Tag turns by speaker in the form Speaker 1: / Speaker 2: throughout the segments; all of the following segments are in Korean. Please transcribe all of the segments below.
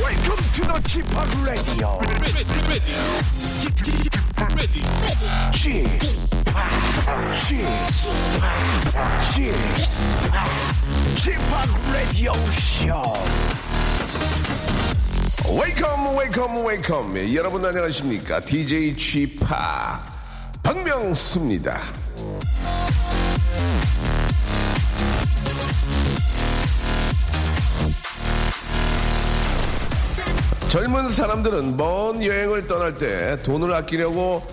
Speaker 1: Welcome to the Chip Radio. Chip, Chip, Chip Radio Show.
Speaker 2: 웨이컴 웨이컴 웨이컴 예, 여러분 안녕하십니까 DJ 지파 박명수입니다 젊은 사람들은 먼 여행을 떠날 때 돈을 아끼려고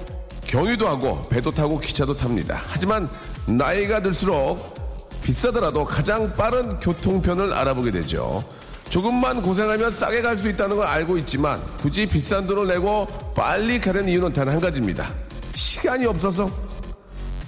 Speaker 2: 경유도 하고 배도 타고 기차도 탑니다 하지만 나이가 들수록 비싸더라도 가장 빠른 교통편을 알아보게 되죠 조금만 고생하면 싸게 갈 수 있다는 걸 알고 있지만 굳이 비싼 돈을 내고 빨리 가는 이유는 단 한 가지입니다 시간이 없어서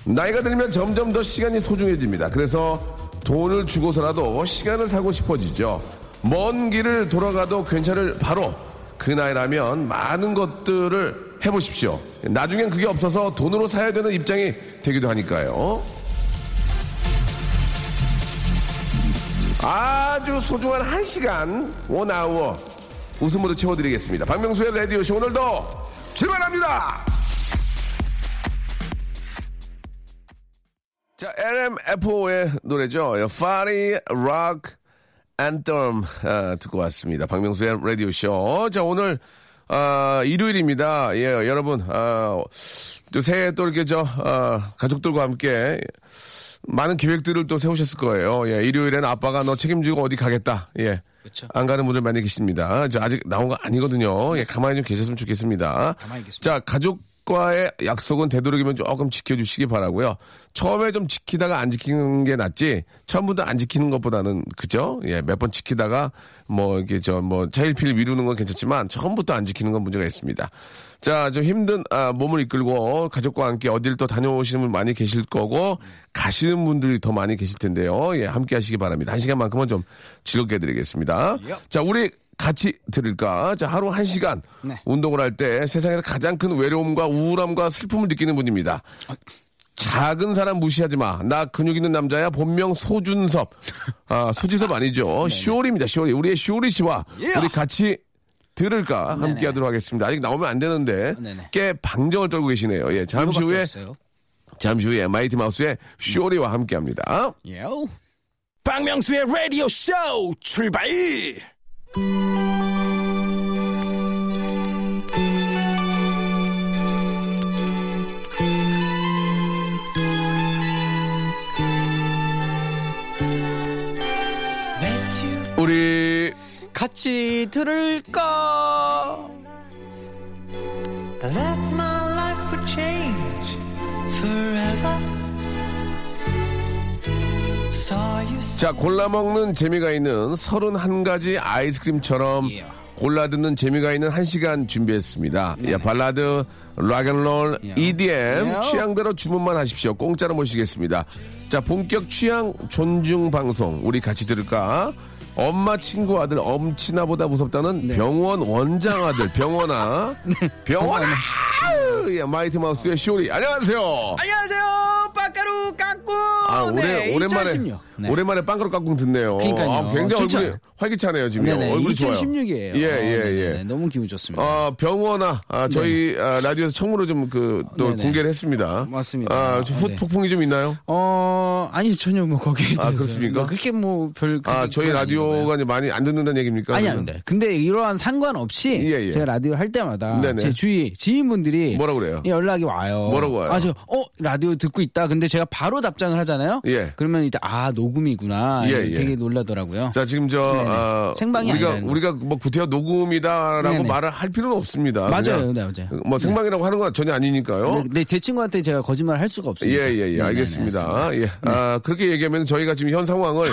Speaker 2: 나이가 들면 점점 더 시간이 소중해집니다. 그래서 돈을 주고서라도 시간을 사고 싶어지죠. 먼 길을 돌아가도 괜찮을 바로 그 나이라면 많은 것들을 해보십시오. 나중엔 그게 없어서 돈으로 사야 되는 입장이 되기도 하니까요. 아주 소중한 한 시간, 원아워 웃음으로 채워드리겠습니다. 박명수의 라디오쇼 오늘도 출발합니다! 자, LMFO의 노래죠. 예, Party Rock Anthem 아, 듣고 왔습니다. 박명수의 라디오 쇼. 자, 오늘 아, 일요일입니다. 예, 여러분 아, 또 새해 또 이렇게 저 아, 가족들과 함께 많은 기획들을 또 세우셨을 거예요. 예, 일요일에는 아빠가 너 책임지고 어디 가겠다. 예. 안 가는 분들 많이 계십니다. 저 아직 나온 거 아니거든요. 예, 가만히 좀 계셨으면 좋겠습니다.
Speaker 3: 가만히 계십시오.
Speaker 2: 자, 가족과의 약속은 되도록이면 조금 지켜주시기 바라고요. 처음에 좀 지키다가 안 지키는 게 낫지. 처음부터 안 지키는 것보다는 그죠? 예, 몇 번 지키다가 뭐 이렇게 저 뭐 차일피일 미루는 건 괜찮지만 처음부터 안 지키는 건 문제가 있습니다. 자, 좀 힘든 아, 몸을 이끌고 가족과 함께 어딜 또 다녀오시는 분 많이 계실 거고 가시는 분들이 더 많이 계실 텐데요. 예, 함께 하시기 바랍니다. 한 시간만큼은 좀 즐겁게 해드리겠습니다. 자, 우리 같이 들을까? 자, 하루 한 시간
Speaker 3: 네.
Speaker 2: 운동을 할 때 세상에서 가장 큰 외로움과 우울함과 슬픔을 느끼는 분입니다. 작은 사람 무시하지 마. 나 근육 있는 남자야. 본명 소준섭. 아, 소지섭
Speaker 3: 네,
Speaker 2: 아니죠. 쇼리입니다. 쇼리. 우리의 쇼리 씨와
Speaker 3: 예!
Speaker 2: 우리 같이 들을까 함께 하도록 하겠습니다. 아직 나오면 안 되는데
Speaker 3: 네, 네네.
Speaker 2: 꽤 방정을 떨고 계시네요. 예, 잠시 후에
Speaker 3: 없어요.
Speaker 2: 잠시 후에 마이티 마우스의 쇼리와 함께 합니다.
Speaker 3: 예. 박명수의 라디오 쇼 출발.
Speaker 2: 우리
Speaker 3: 같이 들을까?
Speaker 4: Let my life for change forever. Saw you
Speaker 2: 자, 골라 먹는 재미가 있는 31가지 아이스크림처럼
Speaker 3: 예.
Speaker 2: 골라 듣는 재미가 있는 한시간 준비했습니다. 예, 발라드, 락앤롤,
Speaker 3: 예.
Speaker 2: EDM
Speaker 3: 예.
Speaker 2: 취향대로 주문만 하십시오. 공짜로 모시겠습니다. 자, 본격 취향 존중 방송 우리 같이 들을까? 엄마 친구 아들 엄친아보다 무섭다는 병원 원장 아들 병원아 네. 병원아 예, 마이티 마우스의 쇼리 안녕하세요.
Speaker 3: 안녕하세요. 빡가루 깎고.
Speaker 2: 아, 올해, 오랜만에, 오랜만에 빵가루 깍꿍 듣네요.
Speaker 3: 그러니까요.
Speaker 2: 아, 굉장히
Speaker 3: 좋죠?
Speaker 2: 얼굴이 활기차네요, 지금.
Speaker 3: 네네.
Speaker 2: 얼굴이 좋아요.
Speaker 3: 2016이에요. 네,
Speaker 2: 예, 예, 예.
Speaker 3: 너무 기분 좋습니다.
Speaker 2: 아, 병원아, 아, 저희 아, 라디오에서 처음으로 좀 그, 또
Speaker 3: 네네.
Speaker 2: 공개를 했습니다.
Speaker 3: 맞습니다.
Speaker 2: 아, 좀
Speaker 3: 아,
Speaker 2: 후,
Speaker 3: 네.
Speaker 2: 폭풍이 좀 있나요?
Speaker 3: 어, 아니 전혀 뭐 거기에
Speaker 2: 아,
Speaker 3: 대해서
Speaker 2: 그렇습니까?
Speaker 3: 뭐 그렇게 뭐별
Speaker 2: 아, 저희 라디오가 이제 많이 안 듣는다는 얘기입니까?
Speaker 3: 아니
Speaker 2: 그러면?
Speaker 3: 아닙니다. 근데 이러한 상관없이
Speaker 2: 예, 예.
Speaker 3: 제가 라디오 할 때마다
Speaker 2: 네네.
Speaker 3: 제 주위 지인분들이
Speaker 2: 뭐라 그래요?
Speaker 3: 예, 연락이 와요.
Speaker 2: 뭐라고 와요?
Speaker 3: 아, 저 어, 라디오 듣고 있다. 근데 제가 바로 답장을 하잖아요.
Speaker 2: 예.
Speaker 3: 그러면 이제 아 녹음이구나.
Speaker 2: 예, 예.
Speaker 3: 되게 놀라더라고요.
Speaker 2: 자 지금 저
Speaker 3: 네네.
Speaker 2: 아,
Speaker 3: 생방이
Speaker 2: 우리가
Speaker 3: 아니라는 거.
Speaker 2: 우리가 뭐 구태여 녹음이다라고
Speaker 3: 네네.
Speaker 2: 말을 할 필요는 없습니다.
Speaker 3: 맞아요,
Speaker 2: 그냥
Speaker 3: 네, 맞아요.
Speaker 2: 뭐 생방이라고 하는 건 전혀 아니니까요.
Speaker 3: 근데, 근데 제 친구한테 제가 거짓말 할 수가 네, 없어요.
Speaker 2: 예예예 알겠습니다. 예. 아
Speaker 3: 네.
Speaker 2: 그렇게 얘기하면 저희가 지금 현 상황을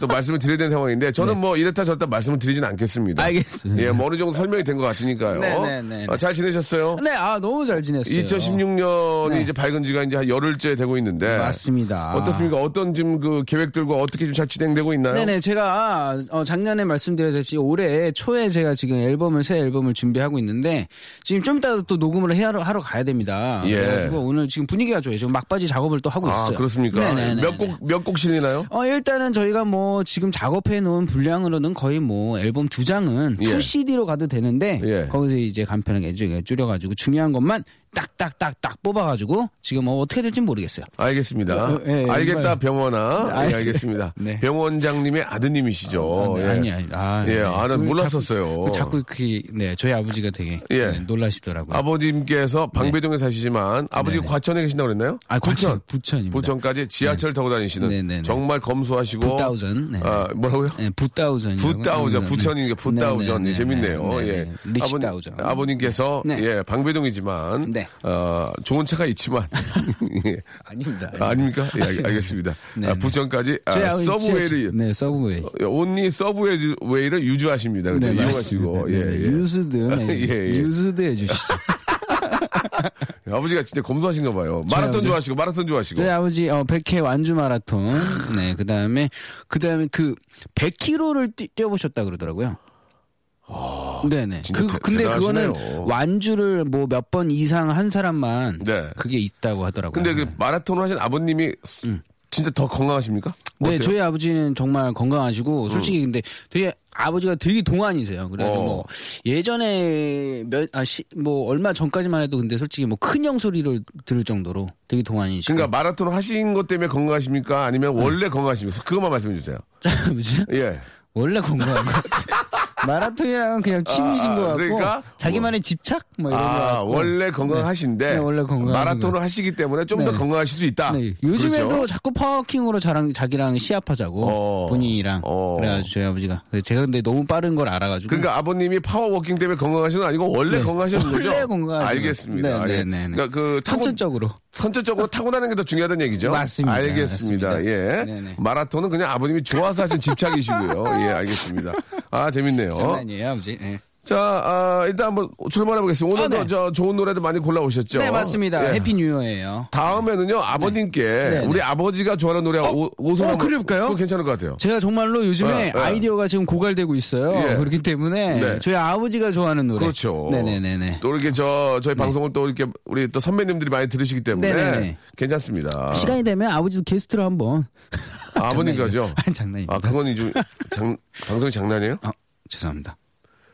Speaker 2: 또 말씀을 드려야 되는 상황인데 저는 뭐 이렇다 저렇다 말씀을 드리진 않겠습니다.
Speaker 3: 네. 알겠습니다.
Speaker 2: 예, 뭐 어느 정도 설명이 된 것 같으니까요.
Speaker 3: 네네네.
Speaker 2: 아, 잘 지내셨어요?
Speaker 3: 네, 아 너무 잘 지냈어요.
Speaker 2: 2016년이
Speaker 3: 네.
Speaker 2: 이제 밝은 지가 이제 한 열흘째 되고 있는데
Speaker 3: 맞습니다.
Speaker 2: 어떻습니까? 어떤 지금 그 계획들과 어떻게 좀 잘 진행되고 있나요?
Speaker 3: 네네, 제가 어, 작년에 말씀드렸듯이 올해 초에 제가 지금 앨범을 새 앨범을 준비하고 있는데 지금 좀 이따 또 녹음을 해야 하러 가야 됩니다.
Speaker 2: 예.
Speaker 3: 그래가지고 오늘 지금 분위기가 좋아요. 지금 막바지 작업을 또 하고
Speaker 2: 아
Speaker 3: 있어요.
Speaker 2: 그렇습니까?
Speaker 3: 네네네.
Speaker 2: 몇 곡 몇 곡 실리나요?
Speaker 3: 어 일단은 저희가 뭐 지금 작업해 놓은 분량으로는 거의 뭐 앨범 두 장은
Speaker 2: 예.
Speaker 3: 2CD로 가도 되는데
Speaker 2: 예.
Speaker 3: 거기서 이제 간편하게 줄- 줄여가지고 중요한 것만 딱딱딱딱 뽑아가지고 지금 뭐 어떻게 될지 모르겠어요.
Speaker 2: 알겠습니다.
Speaker 3: 어, 예, 예,
Speaker 2: 알겠다
Speaker 3: 정말.
Speaker 2: 병원아.
Speaker 3: 아,
Speaker 2: 예, 알겠습니다.
Speaker 3: 네.
Speaker 2: 병원장님의 아드님이시죠.
Speaker 3: 아, 네,
Speaker 2: 예.
Speaker 3: 아니 아니 아,
Speaker 2: 예,
Speaker 3: 네.
Speaker 2: 아, 난
Speaker 3: 그
Speaker 2: 몰랐었어요.
Speaker 3: 자꾸, 자꾸 그네 저희 아버지가 되게
Speaker 2: 예.
Speaker 3: 네, 놀라시더라고요.
Speaker 2: 아버님께서 뭐, 방배동에 사시지만 아버지 가
Speaker 3: 네.
Speaker 2: 과천에 계신다고 그랬나요?
Speaker 3: 아, 과천, 부천입니다.
Speaker 2: 부천까지 지하철 타고 다니시는
Speaker 3: 네, 네, 네.
Speaker 2: 정말 검소하시고
Speaker 3: 부다우전, 네.
Speaker 2: 아, 뭐라고요?
Speaker 3: 네, 부다우전
Speaker 2: 부다우전
Speaker 3: 네,
Speaker 2: 부천이니까 부다우전 예, 재밌네요. 예.
Speaker 3: 리치다우전
Speaker 2: 아버님, 께서
Speaker 3: 네.
Speaker 2: 예, 방배동이지만
Speaker 3: 네.
Speaker 2: 어, 좋은 차가 있지만 예.
Speaker 3: 아닙니다.
Speaker 2: 아, 아닙니까? 예, 알- 알겠습니다.
Speaker 3: 네,
Speaker 2: 아,
Speaker 3: 네.
Speaker 2: 부천까지 아,
Speaker 3: 저희 아버지
Speaker 2: 서브웨이를
Speaker 3: 지하철- 네 서브웨이
Speaker 2: 어, 온리 서브웨이를 유주하십니다. 근데 네, 이용하시고
Speaker 3: 네, 맞습니다. 네,
Speaker 2: 예,
Speaker 3: 네.
Speaker 2: 예.
Speaker 3: 유스드 네.
Speaker 2: 예, 예.
Speaker 3: 유스드 해주시죠.
Speaker 2: 아버지가 진짜 검소하신가 봐요. 마라톤
Speaker 3: 아버지-
Speaker 2: 좋아하시고 마라톤 좋아하시고.
Speaker 3: 저희 아버지 어 100회 완주 마라톤 네 그다음에 그다음에 그 100km를 뛰어보셨다 그러더라고요. 네네.
Speaker 2: 아, 진짜
Speaker 3: 그
Speaker 2: 대-
Speaker 3: 근데
Speaker 2: 대단하시네요.
Speaker 3: 그거는 완주를 뭐 몇 번 이상 한 사람만
Speaker 2: 네.
Speaker 3: 그게 있다고 하더라고요.
Speaker 2: 근데 그 마라톤을 하신 아버님이 진짜 더 건강하십니까?
Speaker 3: 음. 네,
Speaker 2: 어때요? 음.
Speaker 3: 저희 아버지는 정말 건강하시고 솔직히 근데 되게 아버지가 되게 동안이세요. 그래서
Speaker 2: 어.
Speaker 3: 뭐 예전에 몇아뭐 얼마 전까지만 해도 근데 솔직히 뭐 큰 형 소리를 들을 정도로 되게 동안이시고.
Speaker 2: 그러니까 마라톤 하신 것 때문에 건강하십니까? 아니면
Speaker 3: 네.
Speaker 2: 원래 건강하십니까? 그것만 말씀해 주세요.
Speaker 3: 아버지
Speaker 2: 예.
Speaker 3: 원래 건강한 것 같아요. 마라톤이랑은 그냥 취미신
Speaker 2: 아,
Speaker 3: 것 같고
Speaker 2: 그러니까?
Speaker 3: 자기만의 집착 뭐 이런 거
Speaker 2: 아,
Speaker 3: 같고.
Speaker 2: 원래 건강하신데
Speaker 3: 네, 원래 건강한
Speaker 2: 마라톤을
Speaker 3: 거예요.
Speaker 2: 하시기 때문에 좀 더
Speaker 3: 네.
Speaker 2: 건강하실 수 있다.
Speaker 3: 네, 요즘에도
Speaker 2: 그렇죠?
Speaker 3: 자꾸 파워킹으로 자랑, 자기랑 시합하자고
Speaker 2: 어.
Speaker 3: 본인이랑
Speaker 2: 어.
Speaker 3: 그래가지고 저희 아버지가 그래서 제가 근데 너무 빠른 걸 알아가지고
Speaker 2: 그러니까 아버님이 파워워킹 때문에 건강하신 건 아니고 원래
Speaker 3: 네.
Speaker 2: 건강하신 거죠?
Speaker 3: 원래 건강하신
Speaker 2: 알겠습니다.
Speaker 3: 거죠. 네,
Speaker 2: 예.
Speaker 3: 네, 네, 네.
Speaker 2: 그러니까 그 타고-
Speaker 3: 선천적으로
Speaker 2: 선천적으로 타고나는 게 더 중요하다는 얘기죠?
Speaker 3: 맞습니다.
Speaker 2: 알겠습니다.
Speaker 3: 맞습니다.
Speaker 2: 예.
Speaker 3: 네네.
Speaker 2: 마라톤은 그냥 아버님이 좋아서 하신 집착이시고요. 예, 알겠습니다. 아, 재밌네요.
Speaker 3: 장난이에요 아버지 네,
Speaker 2: 자, 아, 일단 한번 출발해 보겠습니다. 오늘도
Speaker 3: 아, 네.
Speaker 2: 저 좋은 노래도 많이 골라 오셨죠?
Speaker 3: 네, 맞습니다
Speaker 2: 예.
Speaker 3: 해피 뉴이어예요
Speaker 2: 다음에는요 아버님께
Speaker 3: 네,
Speaker 2: 우리
Speaker 3: 네.
Speaker 2: 아버지가 좋아하는 노래 오 오소라
Speaker 3: 어, 그럴까요?
Speaker 2: 그거 괜찮을 것 같아요.
Speaker 3: 제가 정말로 요즘에
Speaker 2: 네, 네.
Speaker 3: 아이디어가 지금 고갈되고 있어요
Speaker 2: 예.
Speaker 3: 그렇기 때문에
Speaker 2: 네.
Speaker 3: 저희 아버지가 좋아하는 노래
Speaker 2: 그렇죠.
Speaker 3: 네. 네네네네
Speaker 2: 또 이렇게 저 저희 방송을 또 이렇게 우리 또 선배님들이 많이 들으시기 때문에
Speaker 3: 네네네.
Speaker 2: 괜찮습니다.
Speaker 3: 시간이 되면 아버지도 게스트로 한번
Speaker 2: 아버님까지요.
Speaker 3: 장난이에요. 장난입니다.
Speaker 2: 아 그건 이제 장 방송이 장난이에요?
Speaker 3: 어, 죄송합니다.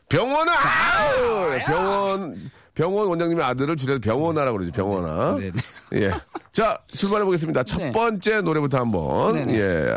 Speaker 2: 병원아 아우! 병원 병원 원장님의 아들을 줄여서 병원아라고 그러죠. 병원아.
Speaker 3: 네네.
Speaker 2: 예. 자 출발해 보겠습니다. 첫
Speaker 3: 네.
Speaker 2: 번째 노래부터 한번
Speaker 3: 네네.
Speaker 2: 예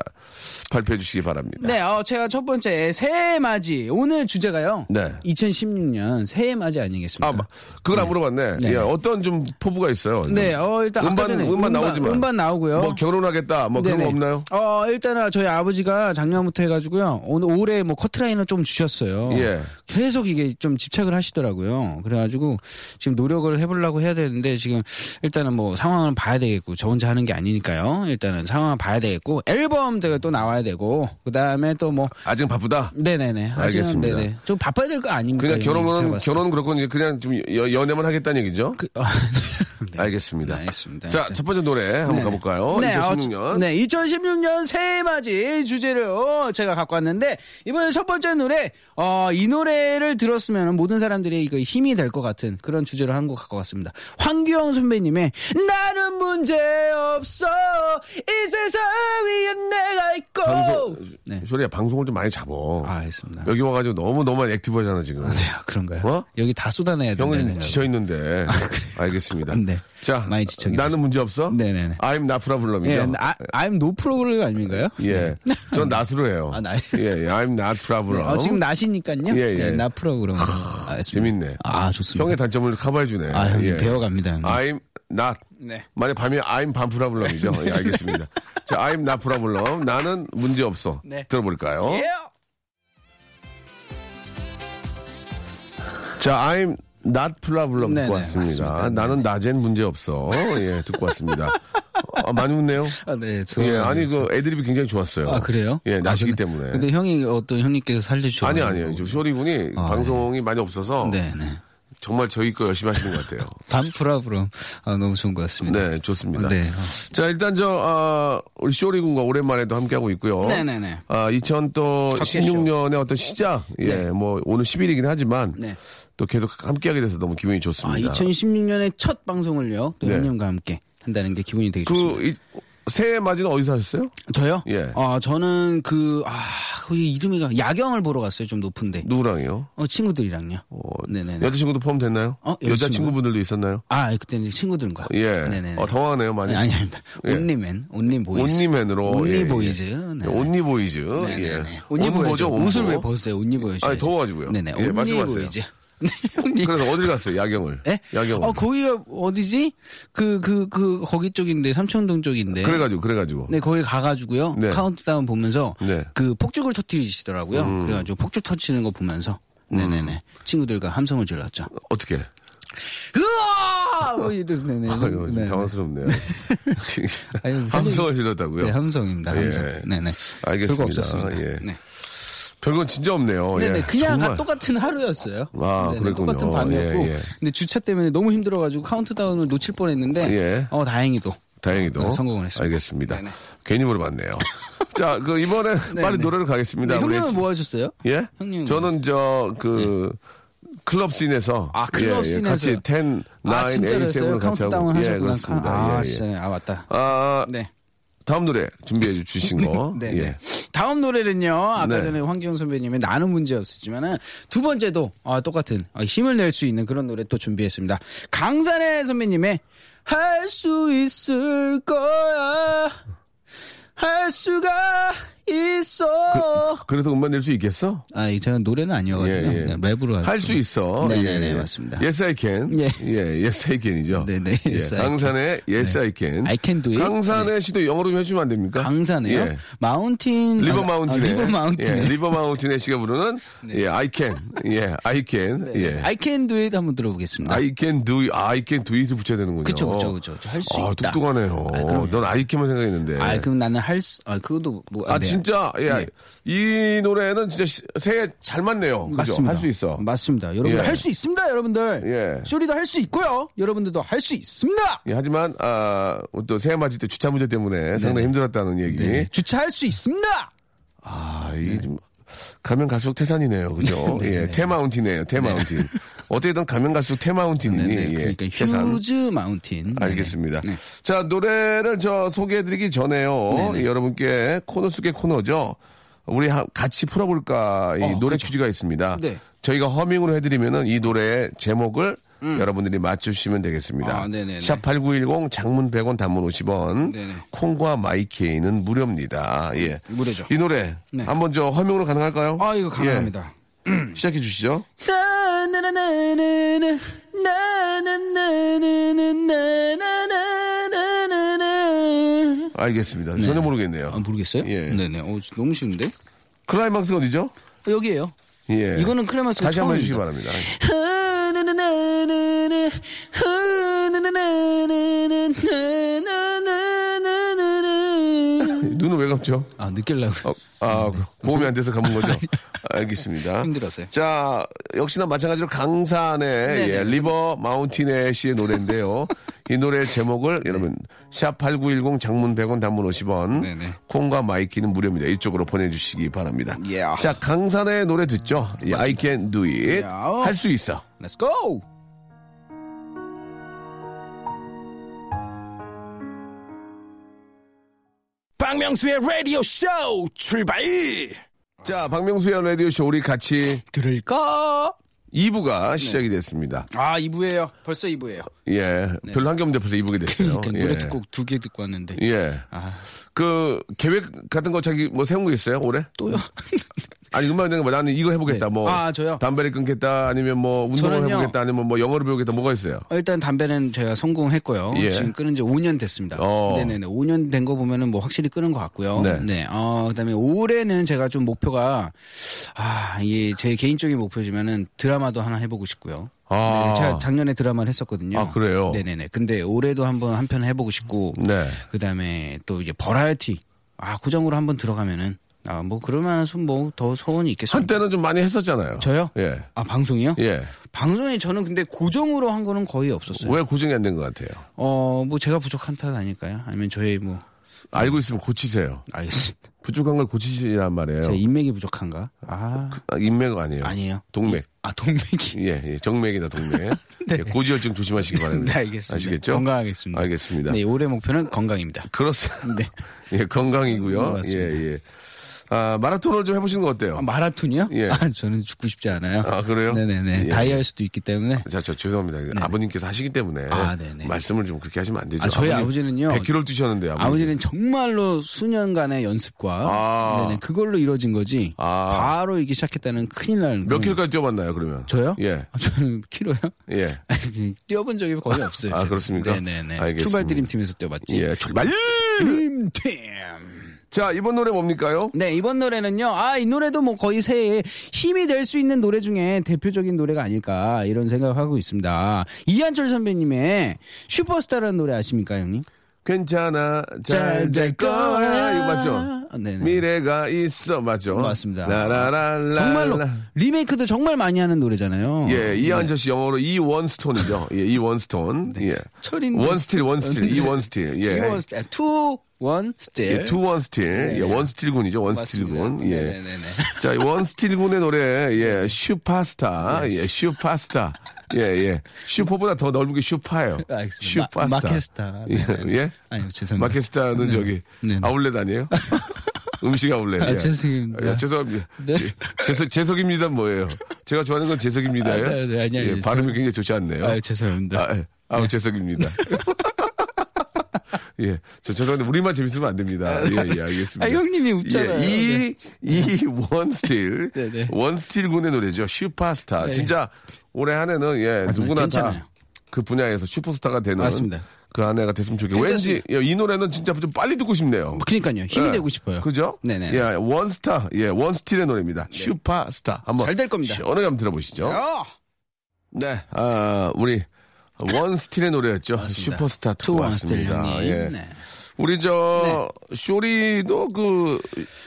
Speaker 2: 발표해 주시기 바랍니다.
Speaker 3: 네, 어, 제가 첫 번째 새해 맞이 오늘 주제가요.
Speaker 2: 네.
Speaker 3: 2016년 새해 맞이 아니겠습니까?
Speaker 2: 아, 마- 그걸 안 물어봤네.
Speaker 3: 네.
Speaker 2: 예, 어떤 좀 포부가 있어요.
Speaker 3: 네, 어, 일단 아까
Speaker 2: 음반,
Speaker 3: 전에
Speaker 2: 음반 나오지만.
Speaker 3: 음반 나오고요.
Speaker 2: 뭐 결혼하겠다, 뭐 그런 거
Speaker 3: 네네.
Speaker 2: 없나요?
Speaker 3: 어, 일단은 저희 아버지가 작년부터 해가지고요. 오늘 올해 뭐 커트라인을 좀 주셨어요.
Speaker 2: 예.
Speaker 3: 계속 이게 좀 집착을 하시더라고요. 그래가지고 지금 노력을 해보려고 해야 되는데 지금 일단은 뭐 상황을 봐야 되겠고 저 혼자 하는 게 아니니까요. 일단은 상황을 봐야 되겠고 앨범 제가 또 나와야 되고 그 다음에 또 뭐
Speaker 2: 아직 은 바쁘다.
Speaker 3: 네네네. 아직은
Speaker 2: 알겠습니다.
Speaker 3: 네네. 좀 바빠야 될 거 아닙니까?
Speaker 2: 그냥 결혼은
Speaker 3: 제가 봤을 때.
Speaker 2: 결혼은 그렇고 이제 그냥 좀 여- 연애만 하겠다는 얘기죠.
Speaker 3: 그, 어, 네.
Speaker 2: 알겠습니다.
Speaker 3: 네, 알겠습니다.
Speaker 2: 자,
Speaker 3: 네.
Speaker 2: 첫 번째 노래 한번 가볼까요?
Speaker 3: 네,
Speaker 2: 2016년.
Speaker 3: 어, 네, 2016년 새해 맞이 주제로 제가 갖고 왔는데 이번에 첫 번째 노래 어, 이 노래를 들었으면 모든 사람들이 이거 힘이 될 것 같은 그런 주제로 한 곡 갖고 왔습니다. 황규영 선배님의 나는 문제 없어 이 세상 위에 내가 있고.
Speaker 2: 방송,
Speaker 3: 네.
Speaker 2: 쇼리야, 방송을 좀 많이 잡어.
Speaker 3: 아, 알겠습니다.
Speaker 2: 여기 와가지고 너무 너무 액티브하잖아, 지금.
Speaker 3: 네, 그런가요?
Speaker 2: 어?
Speaker 3: 여기 다 쏟아내야 된다.
Speaker 2: 형은 지쳐있는데. 알겠습니다.
Speaker 3: 아, 네.
Speaker 2: 자,
Speaker 3: 많이 지쳐 계세요.
Speaker 2: 나는 문제 없어?
Speaker 3: 네네네.
Speaker 2: I'm 나프라블럼이죠.
Speaker 3: 예, 아, I'm no problem 아닌가요? 네.
Speaker 2: 예. 전 낫으로 해요.
Speaker 3: 아, 나-
Speaker 2: 예, 예. I'm not problem.
Speaker 3: 어, 지금 나시니까요. 네,
Speaker 2: 예, 예.
Speaker 3: 나 프로그램. 아, 알겠습니다.
Speaker 2: 재밌네.
Speaker 3: 아, 좋습니다.
Speaker 2: 형의 단점을 커버해주네.
Speaker 3: 아, 형님
Speaker 2: 예.
Speaker 3: 배워갑니다. 형님.
Speaker 2: I'm not.
Speaker 3: 네.
Speaker 2: 만약 밤이 I'm 반프라블럼이죠. 예, 알겠습니다. 자, I'm not problem. 나는 문제 없어.
Speaker 3: 네.
Speaker 2: 들어볼까요?
Speaker 3: 예.
Speaker 2: 자, I'm not problem
Speaker 3: 네네,
Speaker 2: 듣고 왔습니다.
Speaker 3: 맞습니다.
Speaker 2: 나는 낮엔 문제 없어. 예, 듣고 왔습니다. 아, 많이 웃네요.
Speaker 3: 아, 네. 저,
Speaker 2: 예, 아니 그 애드립이 굉장히 좋았어요.
Speaker 3: 아, 그래요?
Speaker 2: 예, 나시기
Speaker 3: 아, 근데-
Speaker 2: 때문에.
Speaker 3: 근데 형이 어떤 형님께서 살려주셔.
Speaker 2: 아니 아니요. 지금 쇼리 군이 방송이 많이 없어서
Speaker 3: 네, 네.
Speaker 2: 정말 저희 거 열심히 하시는 것 같아요.
Speaker 3: 반프라브럼 아, 너무 좋은 것 같습니다.
Speaker 2: 네, 좋습니다.
Speaker 3: 네.
Speaker 2: 자, 일단 저 아, 우리 쇼리 군과 오랜만에 또 함께 하고 있고요.
Speaker 3: 네네네.
Speaker 2: 아, 2016년의 어떤 시작, 예, 뭐 오늘 10일이긴 하지만
Speaker 3: 네.
Speaker 2: 또 계속 함께하게 돼서 너무 기분이
Speaker 3: 아,
Speaker 2: 좋습니다.
Speaker 3: 2016년에 첫 방송을요. 또
Speaker 2: 네.
Speaker 3: 형님과 함께 한다는 게 기분이 되게 좋습니다.
Speaker 2: 그 이, 새해 맞이는 어디서 하셨어요?
Speaker 3: 저요?
Speaker 2: 예.
Speaker 3: 아, 저는 그, 아, 그 이름이가 야경을 보러 갔어요. 좀 높은데.
Speaker 2: 누구랑요?
Speaker 3: 어, 친구들이랑요.
Speaker 2: 어,
Speaker 3: 네네네.
Speaker 2: 여자친구도 포함됐나요?
Speaker 3: 어, 여자친구?
Speaker 2: 여자친구분들도 있었나요?
Speaker 3: 아, 그때는 이제 친구들과.
Speaker 2: 예.
Speaker 3: 네네네.
Speaker 2: 어, 당황하네요, 많이.
Speaker 3: 아니, 아니, 아닙니다.
Speaker 2: 예.
Speaker 3: 온리맨, 온리보이즈.
Speaker 2: 온리맨으로.
Speaker 3: 온리보이즈.
Speaker 2: 예, 예.
Speaker 3: 네.
Speaker 2: 온리보이즈.
Speaker 3: 네,
Speaker 2: 예.
Speaker 3: 네, 네. 온리보이즈.
Speaker 2: 온보죠,
Speaker 3: 옷을
Speaker 2: 온보.
Speaker 3: 왜 벗으세요? 온리보이즈.
Speaker 2: 아니, 더워가지고요.
Speaker 3: 네네.
Speaker 2: 예, 말씀하세요.
Speaker 3: 온리보이즈. 네, 온리-
Speaker 2: 그래서 어딜 갔어요, 야경을?
Speaker 3: 예?
Speaker 2: 야경을.
Speaker 3: 어, 거기가 어디지? 그, 그, 그, 거기 쪽인데, 삼청동 쪽인데.
Speaker 2: 그래가지고, 그래가지고.
Speaker 3: 네, 거기 가가지고요.
Speaker 2: 네.
Speaker 3: 카운트다운 보면서
Speaker 2: 네. 음.
Speaker 3: 그 폭죽을 터뜨리시더라고요. 그래가지고 폭죽 터치는 거 보면서 네네네 친구들과 함성을 질렀죠.
Speaker 2: 어떻게?
Speaker 3: 으아! 뭐 이런 네네.
Speaker 2: 어. 아유,
Speaker 3: 네네.
Speaker 2: 당황스럽네요.
Speaker 3: 아유, 살리-
Speaker 2: 함성을 질렀다고요?
Speaker 3: 네, 함성입니다. 함성.
Speaker 2: 예.
Speaker 3: 네네.
Speaker 2: 알겠습니다.
Speaker 3: 별거 없었습니다.
Speaker 2: 예.
Speaker 3: 네.
Speaker 2: 별건 진짜 없네요.
Speaker 3: 네네
Speaker 2: 예.
Speaker 3: 그냥
Speaker 2: 정말.
Speaker 3: 똑같은 하루였어요.
Speaker 2: 아,
Speaker 3: 네네,
Speaker 2: 그랬군요.
Speaker 3: 똑같은 밤이었고
Speaker 2: 예, 예.
Speaker 3: 근데 주차 때문에 너무 힘들어가지고 카운트다운을 놓칠 뻔했는데
Speaker 2: 예.
Speaker 3: 어 다행히도
Speaker 2: 다행히도
Speaker 3: 네, 성공을 했습니다.
Speaker 2: 알겠습니다.
Speaker 3: 네네.
Speaker 2: 괜히 물어봤네요. 자, 그 이번에 빨리 노래를 가겠습니다.
Speaker 3: 네,
Speaker 2: 우리
Speaker 3: 형님은
Speaker 2: 지-
Speaker 3: 뭐 하셨어요?
Speaker 2: 예?
Speaker 3: 형님은 예.
Speaker 2: 저는 저 그 클럽 씬에서
Speaker 3: 아, 클럽
Speaker 2: 예, 예,
Speaker 3: 씬에서.
Speaker 2: 같이 10, 9, 8,
Speaker 3: 아
Speaker 2: 7을
Speaker 3: 진짜로요?
Speaker 2: 같이 하고
Speaker 3: 카운트다운
Speaker 2: 예,
Speaker 3: 하셨구나.
Speaker 2: 그렇습니다.
Speaker 3: 아
Speaker 2: 예, 예.
Speaker 3: 진짜 아 맞다.
Speaker 2: 아,
Speaker 3: 네.
Speaker 2: 다음 노래 준비해 주신 거.
Speaker 3: 네.
Speaker 2: 예.
Speaker 3: 네. 다음 노래는요. 아까
Speaker 2: 네.
Speaker 3: 전에 황기영 선배님의 나는 문제 없었지만은 두 번째도 아, 똑같은 아, 힘을 낼 수 있는 그런 노래 또 준비했습니다. 강산의 선배님의 할 수 있을 거야. 할 수가 있어.
Speaker 2: 그래서 음반 낼 수 있겠어?
Speaker 3: 아, 이 제가 노래는 아니어가지고
Speaker 2: 예, 예.
Speaker 3: 그냥 랩으로
Speaker 2: 할 수 있어. 예,
Speaker 3: 네네네, 맞습니다.
Speaker 2: Yes I can. 예,
Speaker 3: 예.
Speaker 2: Yes I can이죠.
Speaker 3: 네네,
Speaker 2: 예,
Speaker 3: Yes, I can. 네.
Speaker 2: 강산의 Yes I can.
Speaker 3: I can do it. 네.
Speaker 2: 강산의 시도 영어로 좀 해주면 안 됩니까?
Speaker 3: 강산이요?
Speaker 2: 예.
Speaker 3: 마운틴
Speaker 2: 리버
Speaker 3: 아,
Speaker 2: 마운틴의
Speaker 3: 아, 리버 마운틴의 네.
Speaker 2: 예, 리버 마운틴의 씨가 부르는 예, I can. 예, I can. 예.
Speaker 3: I can do it 한번 들어보겠습니다.
Speaker 2: I can do it. 아, I can do it을 붙여야 되는군요.
Speaker 3: 네. 그쵸, 그쵸, 그쵸. 할수
Speaker 2: 아,
Speaker 3: 있다.
Speaker 2: 똑똑하네요. 넌 I can만 생각했는데.
Speaker 3: 아, 그럼 나는 할 수, 아, 그것도 뭐.
Speaker 2: 아,
Speaker 3: 네.
Speaker 2: 진짜 예.
Speaker 3: 네.
Speaker 2: 이 노래는 진짜 시- 새해 잘 맞네요. 그죠?
Speaker 3: 맞습니다.
Speaker 2: 할 수 있어.
Speaker 3: 맞습니다. 여러분들
Speaker 2: 예.
Speaker 3: 할 수 있습니다, 여러분들.
Speaker 2: 예.
Speaker 3: 쇼리도 할 수 있고요. 여러분들도 할 수 있습니다.
Speaker 2: 예, 하지만 아, 또 새해 맞을 때 주차 문제 때문에 상당히 힘들었다는 얘기.
Speaker 3: 네. 주차할 수 있습니다.
Speaker 2: 아, 이게 좀 가면 갈수록 태산이네요. 그죠? 예, 테마운틴이에요. 테마운틴. 어떻게든 가면 갈수록 테마운틴이니
Speaker 3: 네,
Speaker 2: 예,
Speaker 3: 그러니까
Speaker 2: 태산.
Speaker 3: 휴즈 마운틴.
Speaker 2: 알겠습니다.
Speaker 3: 네.
Speaker 2: 자, 노래를 저 소개해드리기 전에요. 여러분께 코너 속의 코너죠. 우리 하- 같이 풀어볼까 이 노래 퀴즈가 있습니다.
Speaker 3: 그렇죠. 네.
Speaker 2: 저희가 허밍으로 해드리면은 이 노래의 제목을 여러분들이 맞추시면 되겠습니다.
Speaker 3: 음. 아, 네네네.
Speaker 2: 샵8910 장문 100원 단문 50원
Speaker 3: 네네.
Speaker 2: 콩과 마이케이는 무료입니다. 예.
Speaker 3: 무료죠.
Speaker 2: 이 노래
Speaker 3: 네.
Speaker 2: 한번 저 허밍으로 가능할까요?
Speaker 3: 아, 이거 가능합니다. 음.
Speaker 2: 예. 시작해 주시죠.
Speaker 3: 나나나나나나, 나나나나나나나나나나.
Speaker 2: 알겠습니다. 전혀 모르겠네요.
Speaker 3: 아, 모르겠어요?
Speaker 2: 예.
Speaker 3: 네네. 어, 너무 쉬운데?
Speaker 2: 클라이막스 어디죠?
Speaker 3: 여기에요.
Speaker 2: 예.
Speaker 3: 이거는 크레마스
Speaker 2: 다시 한번 해주시기
Speaker 3: 처음입니다.
Speaker 2: 바랍니다. 눈은 왜 감죠?
Speaker 3: 아, 느낄라고.
Speaker 2: 어, 아, 보험이 안 돼서 감은 거죠? 알겠습니다.
Speaker 3: 힘들었어요. 네,
Speaker 2: 자, 역시나 마찬가지로 강산의
Speaker 3: 그렇죠.
Speaker 2: 예, 리버 마운틴의 씨의 노래인데요. 이 노래의 제목을 여러분, 샵8910 장문 100원 단문 50원,
Speaker 3: 네네.
Speaker 2: 콩과 마이키는 무료입니다. 이쪽으로 보내주시기 바랍니다.
Speaker 3: 예.
Speaker 2: 자, 강산의 노래 듣죠? 예, I can do it.
Speaker 3: 야.
Speaker 2: 할 수 있어.
Speaker 3: Let's go!
Speaker 1: 박명수의 라디오 쇼 출발
Speaker 2: 자, 박명수의 라디오쇼 우리 같이
Speaker 3: 들을까? 네.
Speaker 2: 2부가 시작이 됐습니다.
Speaker 3: 아, 2부예요 벌써 2부예요.
Speaker 2: 예. 별로 한게 없는데 벌써 2부게 됐어요.
Speaker 3: 네. 그러니까
Speaker 2: 예.
Speaker 3: 노래 듣고 두 개 듣고 왔는데.
Speaker 2: 예.
Speaker 3: 아,
Speaker 2: 그 계획 같은 거 자기 뭐 세운 거 있어요 올해?
Speaker 3: 또요?
Speaker 2: 아니 음악 여행 뭐 나는 이걸 해보겠다 뭐
Speaker 3: 아, 저요?
Speaker 2: 담배를 끊겠다 아니면 뭐 운동을
Speaker 3: 저는요.
Speaker 2: 해보겠다 아니면 뭐 영어를 배우겠다 뭐가 있어요?
Speaker 3: 어, 일단 담배는 제가 성공했고요.
Speaker 2: 예.
Speaker 3: 지금 끊은 지 5년 됐습니다.
Speaker 2: 어.
Speaker 3: 네네네. 5년 된 거 보면은 뭐 확실히 끊은 것 같고요.
Speaker 2: 네.
Speaker 3: 네. 어, 그다음에 올해는 제가 좀 목표가 아, 이게 제 개인적인 목표지만은 드라마도 하나 해보고 싶고요.
Speaker 2: 아.
Speaker 3: 네네. 제가 작년에 드라마를 했었거든요.
Speaker 2: 아, 그래요?
Speaker 3: 네네네. 근데 올해도 한번 한 편 해보고 싶고.
Speaker 2: 네.
Speaker 3: 그다음에 또 이제 버라이티. 아, 고정으로 한번 들어가면은 아, 뭐 그럴만한 뭐더 소원이 있겠습니까?
Speaker 2: 한때는 좀 많이 했었잖아요.
Speaker 3: 저요?
Speaker 2: 예.
Speaker 3: 아, 방송이요?
Speaker 2: 예.
Speaker 3: 방송에 저는 근데 고정으로 한 거는 거의 없었어요.
Speaker 2: 왜 고정이 안 된 것 같아요?
Speaker 3: 어, 뭐 제가 부족한 탓 아닐까요? 아니면 저의 뭐
Speaker 2: 알고 있으면 고치세요.
Speaker 3: 알겠습니다.
Speaker 2: 부족한 걸 고치시란 말이에요.
Speaker 3: 제 인맥이 부족한가? 아,
Speaker 2: 아, 인맥 아니에요.
Speaker 3: 아니에요.
Speaker 2: 동맥.
Speaker 3: 아 동맥이.
Speaker 2: 예, 예. 정맥이다 동맥. 예, 고지혈증 조심하시기 바랍니다.
Speaker 3: 네, 알겠습니다.
Speaker 2: 아시겠죠?
Speaker 3: 건강하겠습니다.
Speaker 2: 알겠습니다.
Speaker 3: 네, 올해 목표는 건강입니다.
Speaker 2: 그렇습니다. 예, 건강이고요. 예,
Speaker 3: 네, 맞습니다.
Speaker 2: 예. 아, 마라톤을 좀 해보시는 거 어때요?
Speaker 3: 아, 마라톤이요?
Speaker 2: 예.
Speaker 3: 아, 저는 죽고 싶지 않아요.
Speaker 2: 아, 그래요?
Speaker 3: 네네네.
Speaker 2: 예.
Speaker 3: 다이할 수도 있기 때문에.
Speaker 2: 자, 저 죄송합니다. 그 아버님께서 하시기 때문에
Speaker 3: 네. 아, 네네.
Speaker 2: 말씀을 좀 그렇게 하시면 안 되죠.
Speaker 3: 아, 저희 아버지는요.
Speaker 2: 100kg를 뛰셨는데 아버지.
Speaker 3: 아버지는 정말로 수년간의 연습과
Speaker 2: 아.
Speaker 3: 네네, 그걸로 이루어진 거지
Speaker 2: 아.
Speaker 3: 바로 이기 시작했다는 큰일 날.
Speaker 2: 몇 킬로까지 뛰어봤나요, 그러면?
Speaker 3: 음. 저요?
Speaker 2: 예.
Speaker 3: 아, 저는 키로요?
Speaker 2: 예.
Speaker 3: 아니, 뛰어본 적이 거의 없어요.
Speaker 2: 아, 그렇습니까?
Speaker 3: 네네네.
Speaker 2: 알겠습니다.
Speaker 3: 출발 드림팀에서 뛰어봤지. 음,
Speaker 2: 예, 출발!
Speaker 3: 드림팀.
Speaker 2: 자, 이번 노래 뭡니까요?
Speaker 3: 네, 이번 노래는요. 아, 이 노래도 뭐 거의 새해에 힘이 될 수 있는 노래 중에 대표적인 노래가 아닐까 이런 생각을 하고 있습니다. 이한철 선배님의 슈퍼스타라는 노래 아십니까, 형님?
Speaker 2: 괜찮아, 잘 될 거야. 이거 맞죠?
Speaker 3: 아, 네네.
Speaker 2: 미래가 있어, 맞죠?
Speaker 3: 맞습니다.
Speaker 2: 라라라라.
Speaker 3: 정말로 어, 네. 리메이크도 정말 많이 하는 노래잖아요.
Speaker 2: 예, 이한철 씨 영어로 이 원스톤이죠. 예, 이 원스톤. 예.
Speaker 3: 네. 철인 네. E
Speaker 2: 원스틸, 원스틸, 이 원스틸. 예.
Speaker 3: 원스틸. 투 원스틸. 네,
Speaker 2: 예, 투 원스틸. 예, 원스틸 군이죠, 원스틸 군. 예.
Speaker 3: 네네네. 네.
Speaker 2: 자, 이 원스틸 군의 노래, 예, 슈파스타. 예, 슈파스타. 예, 예. 슈퍼보다 더 넓은 게 슈파예요.
Speaker 3: 알겠습니다. 마-
Speaker 2: 슈파스타.
Speaker 3: 마켓스타.
Speaker 2: 예,
Speaker 3: 네네.
Speaker 2: 예?
Speaker 3: 아유, 죄송합니다.
Speaker 2: 마켓스타는
Speaker 3: 네.
Speaker 2: 저기
Speaker 3: 네.
Speaker 2: 아울렛 아니에요? 음식 아울렛.
Speaker 3: 아,
Speaker 2: 예.
Speaker 3: 죄송합니다.
Speaker 2: 예, 죄송합니다.
Speaker 3: 네.
Speaker 2: 제- 재석, 재석입니다 뭐예요? 제가 좋아하는 건 재석입니다예요?
Speaker 3: 아, 네, 네, 아니, 아니,
Speaker 2: 예, 발음이 굉장히 좋지 않네요.
Speaker 3: 아유, 죄송합니다. 네.
Speaker 2: 아, 예. 아우 죄송입니다. 예, 저 죄송한데 우리만 재밌으면 안 됩니다. 예, 예, 알겠습니다.
Speaker 3: 아, 형님이 웃잖아요.
Speaker 2: 예, 이이 원스틸
Speaker 3: 네, 네.
Speaker 2: 원스틸 군의 노래죠. 슈퍼스타. 진짜 올해 한 해는 예
Speaker 3: 맞습니다.
Speaker 2: 누구나
Speaker 3: 괜찮아요.
Speaker 2: 다 그 분야에서 슈퍼스타가 되는
Speaker 3: 맞습니다.
Speaker 2: 그 한 해가 됐으면 좋겠고 왠지
Speaker 3: 괜찮습니다. 뭐
Speaker 2: 예, 이 노래는 진짜 좀 빨리 듣고 싶네요.
Speaker 3: 그러니까요. 힘이
Speaker 2: 예.
Speaker 3: 되고 싶어요.
Speaker 2: 그죠?
Speaker 3: 네네. 네.
Speaker 2: 예, 원스타, 예, 원스틸의 노래입니다. 슈퍼스타. 한번
Speaker 3: 잘될 겁니다.
Speaker 2: 시원하게 한번 들어보시죠.
Speaker 3: 어!
Speaker 2: 네, 아, 우리 원스틸의 노래였죠. 아, 슈퍼스타
Speaker 3: 투
Speaker 2: 2
Speaker 3: 원스틸
Speaker 2: 왔습니다.
Speaker 3: 형님.
Speaker 2: 예.
Speaker 3: 네.
Speaker 2: 우리 저 쇼리도 그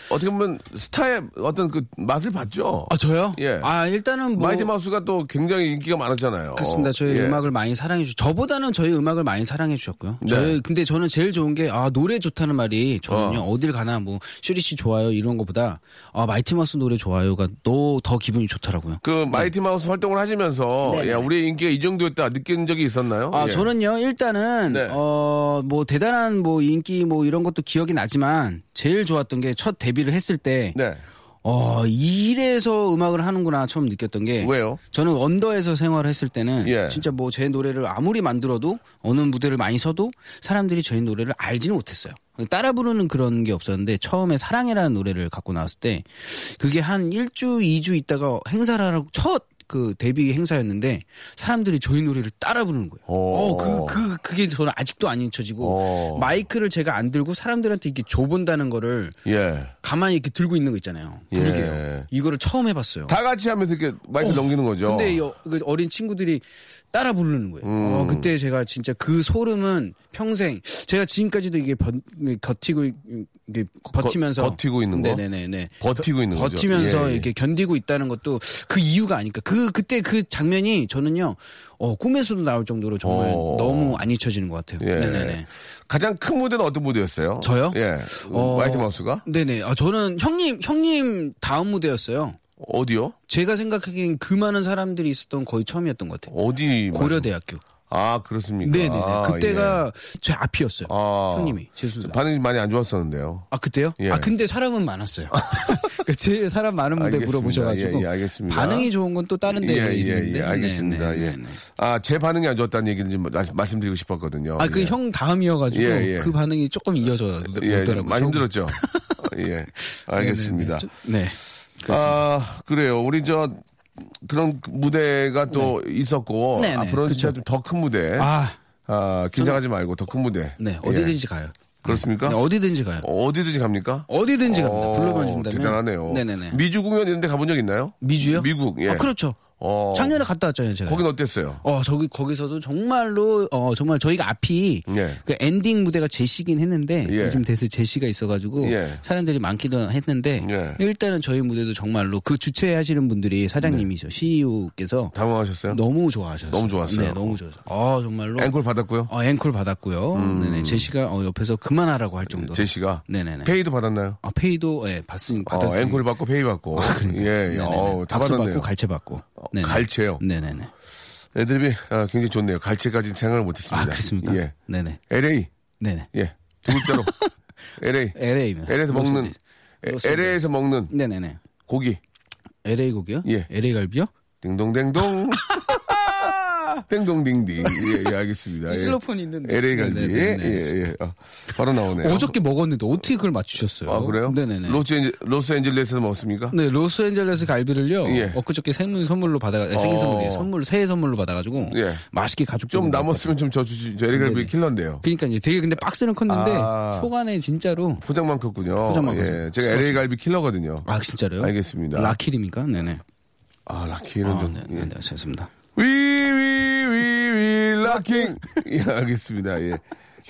Speaker 2: 어떻게 보면 스타의 어떤 그 맛을 봤죠.
Speaker 3: 아 저요?
Speaker 2: 예.
Speaker 3: 아 일단은 뭐
Speaker 2: 마이티 마우스가 또 굉장히 인기가 많았잖아요.
Speaker 3: 그렇습니다. 저희
Speaker 2: 예.
Speaker 3: 음악을 많이 사랑해 주셨. 저보다는 저희 음악을 많이 사랑해 주셨고요.
Speaker 2: 네.
Speaker 3: 저희 근데 저는 제일 좋은 게 아 노래 좋다는 말이 저는요 어. 딜 가나 뭐 슈리 씨 좋아요 이런 거보다 아 마이티 마스 노래 좋아요가 또 더 기분이 좋더라고요.
Speaker 2: 그 마이티 마우스 활동을 하시면서
Speaker 3: 네.
Speaker 2: 야, 우리의 인기가 이 정도였다 느낀 적이 있었나요?
Speaker 3: 아,
Speaker 2: 예.
Speaker 3: 저는요, 일단은,
Speaker 2: 네.
Speaker 3: 어, 뭐, 대단한 뭐, 인기 뭐, 이런 것도 기억이 나지만, 제일 좋았던 게 첫 데뷔를 했을 때,
Speaker 2: 네.
Speaker 3: 어, 이래서 음악을 하는구나 처음 느꼈던 게
Speaker 2: 왜요?
Speaker 3: 저는 언더에서 생활을 했을 때는
Speaker 2: 예.
Speaker 3: 진짜 뭐 제 노래를 아무리 만들어도 어느 무대를 많이 서도 사람들이 저희 노래를 알지는 못했어요. 따라 부르는 그런 게 없었는데 처음에 사랑해라는 노래를 갖고 나왔을 때 그게 한 1주, 2주 있다가 행사를 하라고 첫 그 데뷔 행사였는데 사람들이 저희 노래를 따라 부르는 거예요.
Speaker 2: 오.
Speaker 3: 어, 그, 그, 그게 저는 아직도 안 잊혀지고
Speaker 2: 오.
Speaker 3: 마이크를 제가 안 들고 사람들한테 이렇게 줘본다는 거를
Speaker 2: 예.
Speaker 3: 가만히 이렇게 들고 있는 거 있잖아요.
Speaker 2: 예.
Speaker 3: 부르게요. 이거를 처음 해봤어요.
Speaker 2: 다 같이 하면서 이렇게 마이크 넘기는 거죠.
Speaker 3: 근데 이 어- 그 어린 친구들이 따라 부르는 거예요.
Speaker 2: 음.
Speaker 3: 어, 그때 제가 진짜 그 소름은 평생 제가 지금까지도 이게 버, 버티고 이게 버티면서
Speaker 2: 버티고 있는 거?
Speaker 3: 네네네.
Speaker 2: 버티고 있는 거죠.
Speaker 3: 버티면서
Speaker 2: 예, 예.
Speaker 3: 이렇게 견디고 있다는 것도 그 이유가 아닐까. 그 그때 그 장면이 저는요 어, 꿈에서도 나올 정도로 정말
Speaker 2: 어.
Speaker 3: 너무 안 잊혀지는 것 같아요.
Speaker 2: 예.
Speaker 3: 네네네.
Speaker 2: 가장 큰 무대는 어떤 무대였어요?
Speaker 3: 저요?
Speaker 2: 예.
Speaker 3: 어,
Speaker 2: 마이티 마우스가?
Speaker 3: 네네. 아, 저는 형님 형님 다음 무대였어요.
Speaker 2: 어디요?
Speaker 3: 제가 생각하기엔 그 많은 사람들이 있었던 거의 처음이었던 것 같아요.
Speaker 2: 어디? 말씀-
Speaker 3: 고려대학교.
Speaker 2: 아, 그렇습니까?
Speaker 3: 네네네.
Speaker 2: 아,
Speaker 3: 그때가 제 앞이었어요.
Speaker 2: 예. 아,
Speaker 3: 형님이 제 순서.
Speaker 2: 반응이 많이 안 좋았었는데요.
Speaker 3: 아 그때요?
Speaker 2: 예. 아.
Speaker 3: 아 근데 사람은 많았어요. 그러니까 제일 사람 많은 무대
Speaker 2: 알겠습니다.
Speaker 3: 물어보셔가지고
Speaker 2: 예, 예, 알겠습니다.
Speaker 3: 반응이 좋은 건 또 다른
Speaker 2: 예,
Speaker 3: 데에
Speaker 2: 예,
Speaker 3: 있는데.
Speaker 2: 예, 알겠습니다.
Speaker 3: 네, 네,
Speaker 2: 예.
Speaker 3: 네, 네.
Speaker 2: 아, 제 반응이 안 좋았다는 얘기를 좀 말- 말씀드리고 싶었거든요.
Speaker 3: 아 그
Speaker 2: 예.
Speaker 3: 형 다음이어가지고
Speaker 2: 예, 예.
Speaker 3: 그 반응이 조금 이어져
Speaker 2: 예,
Speaker 3: 오더라고요.
Speaker 2: 좀 많이 힘들었죠. 예, 알겠습니다.
Speaker 3: 네.
Speaker 2: 아, 그래요. 우리 저 그런 무대가 또 있었고
Speaker 3: 네네,
Speaker 2: 앞으로는 진짜 좀 더 큰 무대. 아,
Speaker 3: 아,
Speaker 2: 긴장하지 말고 더 큰 무대.
Speaker 3: 네.
Speaker 2: 예.
Speaker 3: 어디든지 가요.
Speaker 2: 그렇습니까?
Speaker 3: 네, 어디든지 가요.
Speaker 2: 어디든지 갑니까?
Speaker 3: 어디든지 갑니다.
Speaker 2: 어,
Speaker 3: 불러만 준다면.
Speaker 2: 대단하네요.
Speaker 3: 네네네.
Speaker 2: 미주 공연 이런 데 가본 적 있나요?
Speaker 3: 미주요?
Speaker 2: 미국. 예.
Speaker 3: 아, 그렇죠.
Speaker 2: 어.
Speaker 3: 작년에 갔다 왔잖아요, 제가.
Speaker 2: 거긴 어땠어요?
Speaker 3: 어, 저기, 거기서도 정말로, 어, 정말 저희가 앞이,
Speaker 2: 예.
Speaker 3: 그 엔딩 무대가 제시긴 했는데,
Speaker 2: 예.
Speaker 3: 요즘 대세 제시가 있어가지고,
Speaker 2: 예.
Speaker 3: 사람들이 많기도 했는데,
Speaker 2: 예.
Speaker 3: 일단은 저희 무대도 정말로 그 주최하시는 분들이 사장님이죠. CEO께서
Speaker 2: 당황하셨어요?
Speaker 3: 너무 좋아하셨어요.
Speaker 2: 네. 너무 좋았어요.
Speaker 3: 네, 너무 좋았어요. 어, 정말로.
Speaker 2: 앵콜 받았고요. 음.
Speaker 3: 어, 앵콜 받았고요. 네네. 제시가 어, 옆에서 그만하라고 할 정도로.
Speaker 2: 제시가
Speaker 3: 네네네.
Speaker 2: 페이도 받았나요?
Speaker 3: 아, 페이도, 예, 받았으니,
Speaker 2: 어,
Speaker 3: 받았으니.
Speaker 2: 앵콜 받고 페이 받고. 예, 예.
Speaker 3: 아, 네네네.
Speaker 2: 어우, 다
Speaker 3: 박수
Speaker 2: 받았네요. 어,
Speaker 3: 받고 갈채 받고. 네네.
Speaker 2: 갈채요?
Speaker 3: 네네네.
Speaker 2: 애드립이 아, 굉장히 좋네요. 갈채까지는 생각을 못했습니다.
Speaker 3: 아, 그렇습니까?
Speaker 2: 예.
Speaker 3: 네네.
Speaker 2: LA.
Speaker 3: 네네.
Speaker 2: 예. 두 글자로. LA.
Speaker 3: LA면.
Speaker 2: LA에서 먹는. LA에서 먹는
Speaker 3: 네네네.
Speaker 2: 고기.
Speaker 3: LA 고기요?
Speaker 2: 예.
Speaker 3: LA 갈비요?
Speaker 2: 딩동댕동. 땡동딩딩. 예, 예, 알겠습니다. 예.
Speaker 3: 실로폰이 있는데.
Speaker 2: LA 갈비.
Speaker 3: 네네네,
Speaker 2: 예, 예,
Speaker 3: 알겠습니다.
Speaker 2: 예. 아, 바로 나오네요.
Speaker 3: 어저께 먹었는데 어떻게 그걸 맞추셨어요?
Speaker 2: 아, 그래요?
Speaker 3: 네네네.
Speaker 2: 로스앤젤, 로스앤젤레스에서 먹었습니까?
Speaker 3: 네, 로스앤젤레스 갈비를요.
Speaker 2: 예.
Speaker 3: 엊그저께 생일 선물로 받아 생일
Speaker 2: 어.
Speaker 3: 선물이에요. 선물 새해 선물로 받아가지고
Speaker 2: 예.
Speaker 3: 맛있게 가족
Speaker 2: 좀 남았으면 좀 저 주시, 저 LA 갈비
Speaker 3: 네, 네네.
Speaker 2: 킬러인데요.
Speaker 3: 그러니까 이제 되게 근데 박스는 컸는데
Speaker 2: 아.
Speaker 3: 속안에 진짜로
Speaker 2: 포장만 컸군요.
Speaker 3: 포장만
Speaker 2: 예,
Speaker 3: 컸어요.
Speaker 2: 제가 LA 갈비 킬러거든요.
Speaker 3: 아 진짜로요?
Speaker 2: 알겠습니다.
Speaker 3: 라킬입니까? 네네.
Speaker 2: 아, 라키는
Speaker 3: 아,
Speaker 2: 좀.
Speaker 3: 네,
Speaker 2: 예.
Speaker 3: 네, 네, 좋습니다.
Speaker 2: 위, 위, 위, 위, 락킹. 예, 알겠습니다. 예.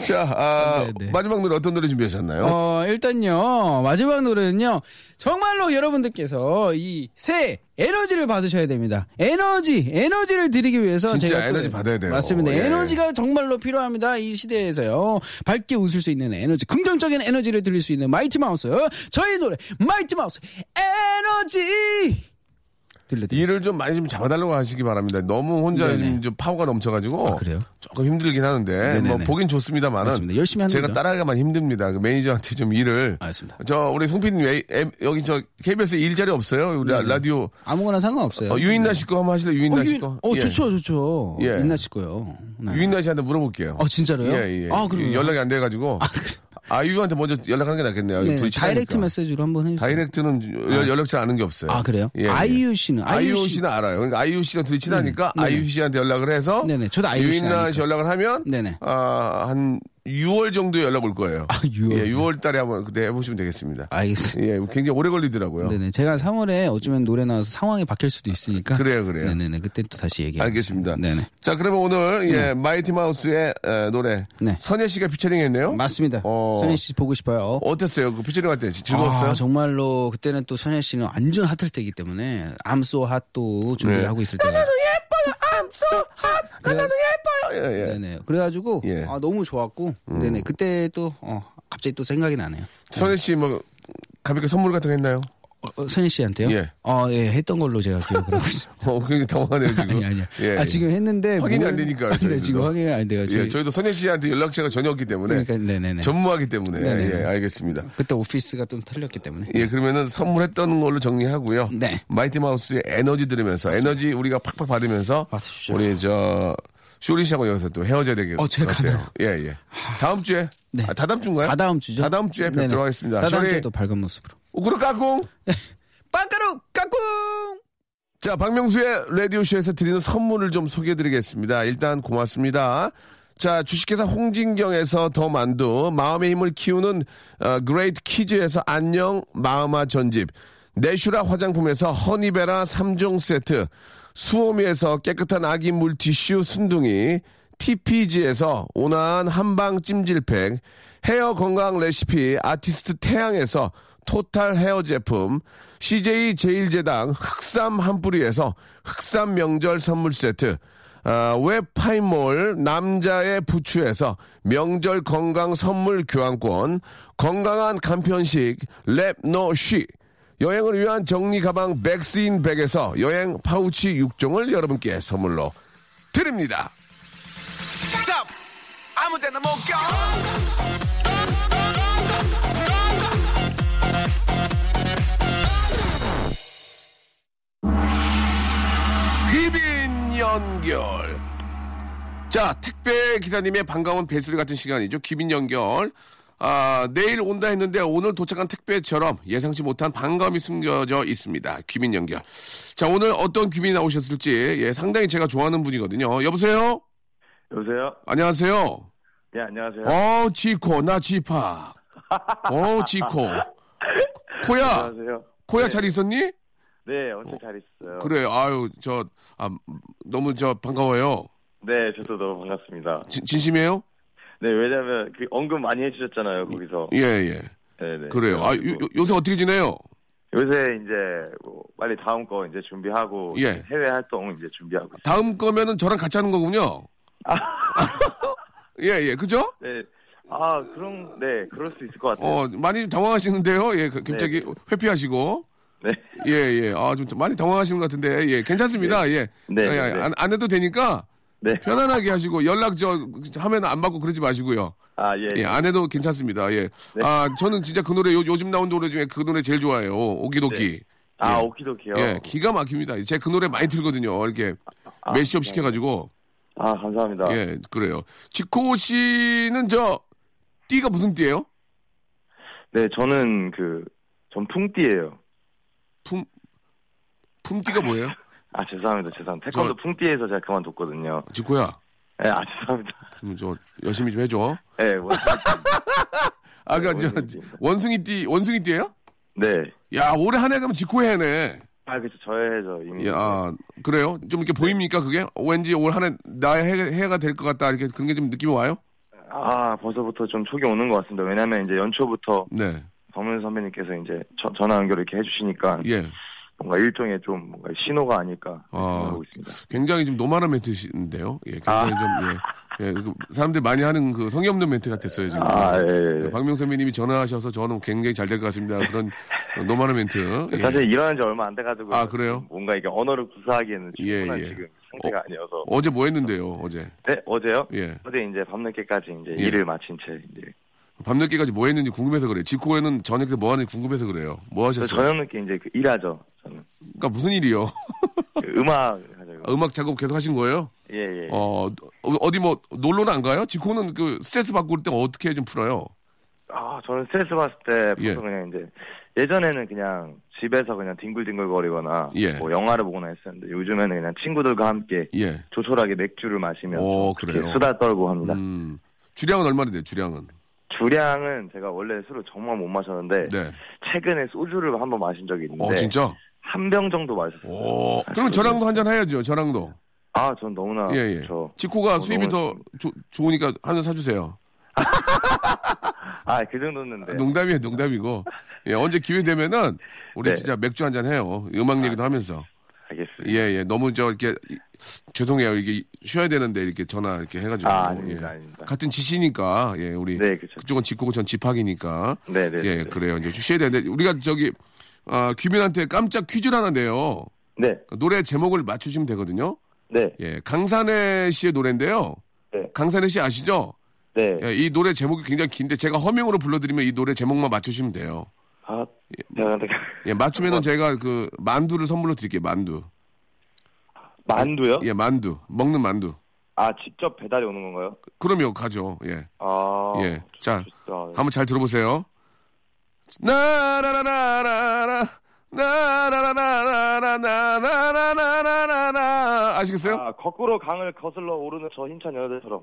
Speaker 2: 자, 아,
Speaker 3: 네, 네.
Speaker 2: 마지막 노래 어떤 노래 준비하셨나요?
Speaker 3: 어, 일단요, 마지막 노래는요, 정말로 여러분들께서 이 새 에너지를 받으셔야 됩니다. 에너지, 에너지를 드리기 위해서
Speaker 2: 진짜
Speaker 3: 제가 또-
Speaker 2: 에너지 받아야 돼요.
Speaker 3: 맞습니다.
Speaker 2: 예.
Speaker 3: 에너지가 정말로 필요합니다. 이 시대에서요, 밝게 웃을 수 있는 에너지, 긍정적인 에너지를 드릴 수 있는 마이티 마우스, 저희 노래, 마이티 마우스, 에너지! 들려드리겠습니다.
Speaker 2: 일을 좀 많이 좀 잡아달라고 하시기 바랍니다. 너무 혼자
Speaker 3: 네. 네네.
Speaker 2: 요즘 좀 파워가 넘쳐가지고
Speaker 3: 아, 그래요?
Speaker 2: 조금 힘들긴 하는데 뭐
Speaker 3: 네네네.
Speaker 2: 보긴 좋습니다만은
Speaker 3: 맞습니다. 열심히 하는
Speaker 2: 제가
Speaker 3: 거죠.
Speaker 2: 따라가만 힘듭니다. 그 매니저한테 좀 일을
Speaker 3: 알겠습니다.
Speaker 2: 저 우리 송피님 왜- 에- 여기 저 KBS 일자리 없어요? 우리 라디오
Speaker 3: 아무거나 상관없어요.
Speaker 2: 어, 유인나 씨거 한번 하실래요?
Speaker 3: 네, 어,
Speaker 2: 유인나
Speaker 3: 유-
Speaker 2: 씨 거.
Speaker 3: 어,
Speaker 2: 예.
Speaker 3: 좋죠, 좋죠.
Speaker 2: 예.
Speaker 3: 인나 씨 거요. 네.
Speaker 2: 아. 유인나 씨한테 물어볼게요.
Speaker 3: 아, 진짜로요?
Speaker 2: 예, 예.
Speaker 3: 아, 그래요?
Speaker 2: 연락이 안 돼가지고 아, 유유한테 먼저 연락하는 게 낫겠네요.
Speaker 3: 네,
Speaker 2: 둘이 친하니까.
Speaker 3: 다이렉트 메시지로 한번 해주세요.
Speaker 2: 다이렉트는 여- 연락처 아는 게 없어요.
Speaker 3: 아, 그래요? 아이유 씨는? 아이유
Speaker 2: 예. 아이유
Speaker 3: 씨- 음,
Speaker 2: 씨는 알아요. 그러니까 아이유 씨랑 둘이 친하니까
Speaker 3: 네네.
Speaker 2: 아이유 씨한테 연락을 해서
Speaker 3: 네네, 저도 아이유 씨
Speaker 2: 유인나
Speaker 3: 아니까.
Speaker 2: 씨 연락을 하면
Speaker 3: 네네.
Speaker 2: 아, 한 6월 정도에 연락 올 거예요.
Speaker 3: 아, 6월.
Speaker 2: 예, 6월 달에 한번 그때 해보시면 되겠습니다.
Speaker 3: 알겠습니다.
Speaker 2: 예, 굉장히 오래 걸리더라고요.
Speaker 3: 네네. 제가 3월에 어쩌면 노래 나와서 상황이 바뀔 수도 있으니까.
Speaker 2: 그래요, 그래요.
Speaker 3: 네네네. 그때 또 다시 얘기해.
Speaker 2: 알겠습니다.
Speaker 3: 네네.
Speaker 2: 자, 그러면 오늘 예, 마이티 마우스의 에, 노래
Speaker 3: 네.
Speaker 2: 선예 씨가 피처링했네요.
Speaker 3: 맞습니다.
Speaker 2: 어.
Speaker 3: 선혜 씨 보고 싶어요.
Speaker 2: 어땠어요? 그 피처링 할 때 즐거웠어요?
Speaker 3: 아, 정말로 그때는 또 선혜 씨는 완전 핫할 때이기 때문에 암소 핫도
Speaker 2: 네.
Speaker 3: 준비하고 있을 때. 나도 예뻐요. 암소 핫. 나도
Speaker 2: 예, 예.
Speaker 3: 예뻐요. 아, 네네. 그래가지고
Speaker 2: 예. 음.
Speaker 3: 아, 너무 좋았고. 네네. 그때 또 어, 갑자기 또 생각이 나네요.
Speaker 2: 선예 씨뭐 가볍게 선물 같은 거 했나요?
Speaker 3: 어, 선혜 씨한테요?
Speaker 2: 예.
Speaker 3: 아, 예. 했던 걸로 제가 기억을 하고 있어요.
Speaker 2: 어, 굉장히 당황하네요 지금.
Speaker 3: 아니 아니요.
Speaker 2: 예,
Speaker 3: 아
Speaker 2: 예.
Speaker 3: 지금 했는데
Speaker 2: 확인이
Speaker 3: 뭐-
Speaker 2: 안 되니까요,
Speaker 3: 네,
Speaker 2: 저희들도.
Speaker 3: 지금 확인이 안 돼요.
Speaker 2: 예,
Speaker 3: 저희
Speaker 2: 저희도 선예 씨한테 연락처가 전혀 없기 때문에
Speaker 3: 그러니까 네네네.
Speaker 2: 전무하기 때문에
Speaker 3: 네네.
Speaker 2: 예, 알겠습니다.
Speaker 3: 그때 오피스가 좀 틀렸기 때문에.
Speaker 2: 예, 그러면은 선물했던 걸로 정리하고요.
Speaker 3: 네.
Speaker 2: 마이티 마우스의 에너지 들으면서 에너지 우리가 팍팍 받으면서
Speaker 3: 받으십시오.
Speaker 2: 우리 저 쇼리 씨하고 여기서 또 헤어져야 되겠
Speaker 3: 어, 제가
Speaker 2: 같아요.
Speaker 3: 가나요?
Speaker 2: 예, 예. 다음 주에
Speaker 3: 네.
Speaker 2: 아, 다다음 주인가요?
Speaker 3: 다다음 주죠.
Speaker 2: 다다음 주에 뵙도록
Speaker 3: 네네.
Speaker 2: 하겠습니다.
Speaker 3: 다다음
Speaker 2: 쇼리,
Speaker 3: 주에도 밝은 모습으로.
Speaker 2: 우그로 까꿍.
Speaker 3: 빵가루 까꿍.
Speaker 2: 자, 박명수의 라디오쇼에서 드리는 선물을 좀 소개해드리겠습니다. 일단 고맙습니다. 자, 주식회사 홍진경에서 더 만두, 마음의 힘을 키우는 어, 그레이트 키즈에서 안녕 마음아 전집, 내슈라 화장품에서 허니베라 3종 세트, 수오미에서 깨끗한 아기 물티슈 순둥이, TPG에서 온화한 한방 찜질팩, 헤어 건강 레시피 아티스트 태양에서 토탈 헤어 제품, CJ 제일제당 흑삼 한 뿌리에서 흑삼 명절 선물 세트, 아, 웹파이몰 남자의 부추에서 명절 건강 선물 교환권, 건강한 간편식 랩노쉬, 여행을 위한 정리 가방 백스인 백에서 여행 파우치 6종을 여러분께 선물로 드립니다. 귀빈 연결. 자, 택배 기사님의 반가운 벨소리 같은 시간이죠. 귀빈 연결. 아, 내일 온다 했는데 오늘 도착한 택배처럼 예상치 못한 반감이 숨겨져 있습니다. 귀민 연결. 자, 오늘 어떤 귀민이 나오셨을지 예, 상당히 제가 좋아하는 분이거든요. 여보세요?
Speaker 5: 여보세요?
Speaker 2: 안녕하세요.
Speaker 5: 네, 안녕하세요.
Speaker 2: 어, 지코, 나 지파. 어, 지코. 코야,
Speaker 5: 안녕하세요.
Speaker 2: 코야
Speaker 5: 네.
Speaker 2: 잘 있었니?
Speaker 5: 네, 엄청 잘 있어요.
Speaker 2: 그래, 아유, 저, 아, 너무 저 반가워요.
Speaker 5: 네, 저도 너무 반갑습니다.
Speaker 2: 진, 진심이에요?
Speaker 5: 네, 왜냐면 그 언급 많이 해주셨잖아요, 거기서.
Speaker 2: 예, 예.
Speaker 5: 네, 네.
Speaker 2: 그래요. 아, 요,
Speaker 5: 그래가지고
Speaker 2: 요- 요새 어떻게 지내요?
Speaker 5: 요새 이제 뭐 빨리 다음 거 이제 준비하고
Speaker 2: 예.
Speaker 5: 해외 활동 이제 준비하고 있어요.
Speaker 2: 다음 거면은 저랑 같이 하는 거군요. 예, 예, 그죠?
Speaker 5: 네, 아 그럼 네 그럴 수 있을 것 같아요.
Speaker 2: 어, 많이 당황하시는데요. 예, 그- 갑자기 회피하시고.
Speaker 5: 네,
Speaker 2: 예, 예. 아, 좀 많이 당황하시는 것 같은데. 예, 괜찮습니다. 예.
Speaker 5: 네,
Speaker 2: 예,
Speaker 5: 네,
Speaker 2: 예.
Speaker 5: 네.
Speaker 2: 안, 안 해도 되니까
Speaker 5: 네.
Speaker 2: 편안하게 하시고 연락 저 하면 안 받고 그러지 마시고요.
Speaker 5: 아 예.
Speaker 2: 예, 안 해도 괜찮습니다. 예.
Speaker 5: 네.
Speaker 2: 아, 저는 진짜 그 노래 요, 요즘 나온 노래 중에 그 노래 제일 좋아해요. 오기도기.
Speaker 5: 아
Speaker 2: 예.
Speaker 5: 오키도키요.
Speaker 2: 예, 기가 막힙니다. 제 그 노래 많이 틀거든요. 이렇게 매시업 시켜가지고.
Speaker 5: 네. 아 감사합니다.
Speaker 2: 예, 그래요. 지코 씨는 저 띠가 무슨 띠예요?
Speaker 5: 네, 저는 그 전풍띠예요.
Speaker 2: 품 품띠가 뭐예요?
Speaker 5: 아 죄송합니다, 죄송합니다. 태권도
Speaker 2: 저-
Speaker 5: 풍띠에서 제가 그만뒀거든요.
Speaker 2: 지코야,
Speaker 5: 네, 아 죄송합니다.
Speaker 2: 좀 저 열심히 좀 해줘.
Speaker 5: 네, 뭐,
Speaker 2: 아까 그러니까
Speaker 5: 네,
Speaker 2: 저
Speaker 5: 원숭이띠입니다.
Speaker 2: 원숭이 띠 원숭이 띠예요?
Speaker 5: 네.
Speaker 2: 야, 올해 한 해가면 지코 해네.
Speaker 5: 아 그렇죠, 저의 저 이미.
Speaker 2: 야, 그래요? 좀 이렇게 보입니까 그게? 왠지 올 한 해 나의 해, 해가 될 것 같다 이렇게 그런 게 좀 느낌이 와요?
Speaker 5: 아 벌써부터 좀 촉이 오는 것 같습니다. 왜냐면 이제 연초부터
Speaker 2: 네,
Speaker 5: 범은 선배님께서 이제 저- 전화 연결 이렇게 해주시니까
Speaker 2: 예.
Speaker 5: 뭔가 일종의 좀 뭔가 신호가 아닐까
Speaker 2: 아.
Speaker 5: 생각하고 있습니다.
Speaker 2: 굉장히 좀 노멀한 멘트인데요. 예, 굉장히 좀 예. 예, 그 사람들 많이 하는 그 성의 없는 멘트 같았어요 지금.
Speaker 5: 아 예. 예.
Speaker 2: 박명 선배님이 전화하셔서 저는 굉장히 잘 될 것 같습니다. 그런 노마는 멘트. 예.
Speaker 5: 사실 일어난 지 얼마 안 돼가지고
Speaker 2: 아, 그래요?
Speaker 5: 뭔가 이게 언어를 구사하기에는
Speaker 2: 예,
Speaker 5: 충분한
Speaker 2: 예.
Speaker 5: 지금 상태가 아니어서
Speaker 2: 어제 뭐 했는데요? 어제
Speaker 5: 네 어제요?
Speaker 2: 예.
Speaker 5: 어제 이제 밤늦게까지 이제
Speaker 2: 예.
Speaker 5: 일을 마친 채 이제
Speaker 2: 밤늦게까지 뭐 했는지 궁금해서 그래요. 지코에는 저녁 때 뭐 하는지 궁금해서 그래요. 뭐
Speaker 5: 저
Speaker 2: 하셨어요?
Speaker 5: 저녁 늦게 이제 그 일하죠 저는
Speaker 2: 그러니까 무슨 일이요?
Speaker 5: 그 음악 하죠
Speaker 2: 아, 음악 작업 계속 하신 거예요?
Speaker 5: 예예
Speaker 2: 어 어디 뭐 놀러는 안 가요? 지코는 그 스트레스 받고 그럴 때 어떻게 좀 풀어요?
Speaker 5: 아 저는 스트레스 받을 때 보통
Speaker 2: 예.
Speaker 5: 그냥 이제 예전에는 그냥 집에서 그냥 뒹굴뒹굴거리거나
Speaker 2: 예.
Speaker 5: 뭐 영화를 보거나 했었는데 요즘에는 그냥 친구들과 함께
Speaker 2: 예.
Speaker 5: 조촐하게 맥주를 마시면서
Speaker 2: 오,
Speaker 5: 이렇게
Speaker 2: 그래요?
Speaker 5: 수다 떨고 합니다.
Speaker 2: 음. 주량은 얼마나 돼요? 주량은?
Speaker 5: 주량은 제가 원래 술을 정말 못 마셨는데
Speaker 2: 네.
Speaker 5: 최근에 소주를 한 번 마신 적이 있는데
Speaker 2: 어 진짜?
Speaker 5: 한 병 정도 마셨어요.
Speaker 2: 오. 그럼 저랑도 한 잔 해야죠. 저랑도.
Speaker 5: 아, 전 너무나
Speaker 2: 예 예.
Speaker 5: 저
Speaker 2: 지코가
Speaker 5: 어,
Speaker 2: 수입이 더
Speaker 5: 너무-
Speaker 2: 조- 좋으니까 한 잔 사주세요.
Speaker 5: 아, 그 정도였는데.
Speaker 2: 농담이에요, 농담이고. 예, 언제 기회 되면은 우리
Speaker 5: 네. 아.
Speaker 2: 진짜 맥주 한 잔 해요. 음악 얘기도 하면서.
Speaker 5: 알겠습니다.
Speaker 2: 예, 예. 너무 저 이렇게 이- 죄송해요. 이게 쉬어야 되는데 이렇게 전화 이렇게 해가지고.
Speaker 5: 아, 아닙니다,
Speaker 2: 예.
Speaker 5: 아닙니다.
Speaker 2: 같은 지시니까 예, 우리
Speaker 5: 네, 그쵸.
Speaker 2: 그쪽은 지코고 전 집학이니까.
Speaker 5: 네, 네,
Speaker 2: 예,
Speaker 5: 네.
Speaker 2: 그래요. 이제 쉬어야 되는데 우리가 저기 아, 규빈한테 깜짝 퀴즈를 하나 내요. 그러니까
Speaker 5: 네.
Speaker 2: 노래 제목을 맞추시면 되거든요.
Speaker 5: 네.
Speaker 2: 예, 강산의 씨의 노래인데요.
Speaker 5: 네.
Speaker 2: 강산의 씨 아시죠?
Speaker 5: 네.
Speaker 2: 예, 이 노래 제목이 굉장히 긴데 제가 허밍으로 불러드리면 이 노래 제목만 맞추시면 돼요.
Speaker 5: 아, 제가 근데
Speaker 2: 예, 맞추면은 제가 그 만두를 선물로 드릴게요. 만두.
Speaker 5: 만두요?
Speaker 2: 예, 만두. 먹는 만두.
Speaker 5: 아, 직접 배달이 오는 건가요?
Speaker 2: 그럼요, 가죠. 예.
Speaker 5: 아.
Speaker 2: 예. 자,
Speaker 5: 좋다.
Speaker 2: 한번 잘 들어보세요. 나라라라라라라 나라라라라라라라라라라라 아시겠어요?
Speaker 5: 아, 거꾸로 강을 거슬러 오르는 저 힘찬 여자들처럼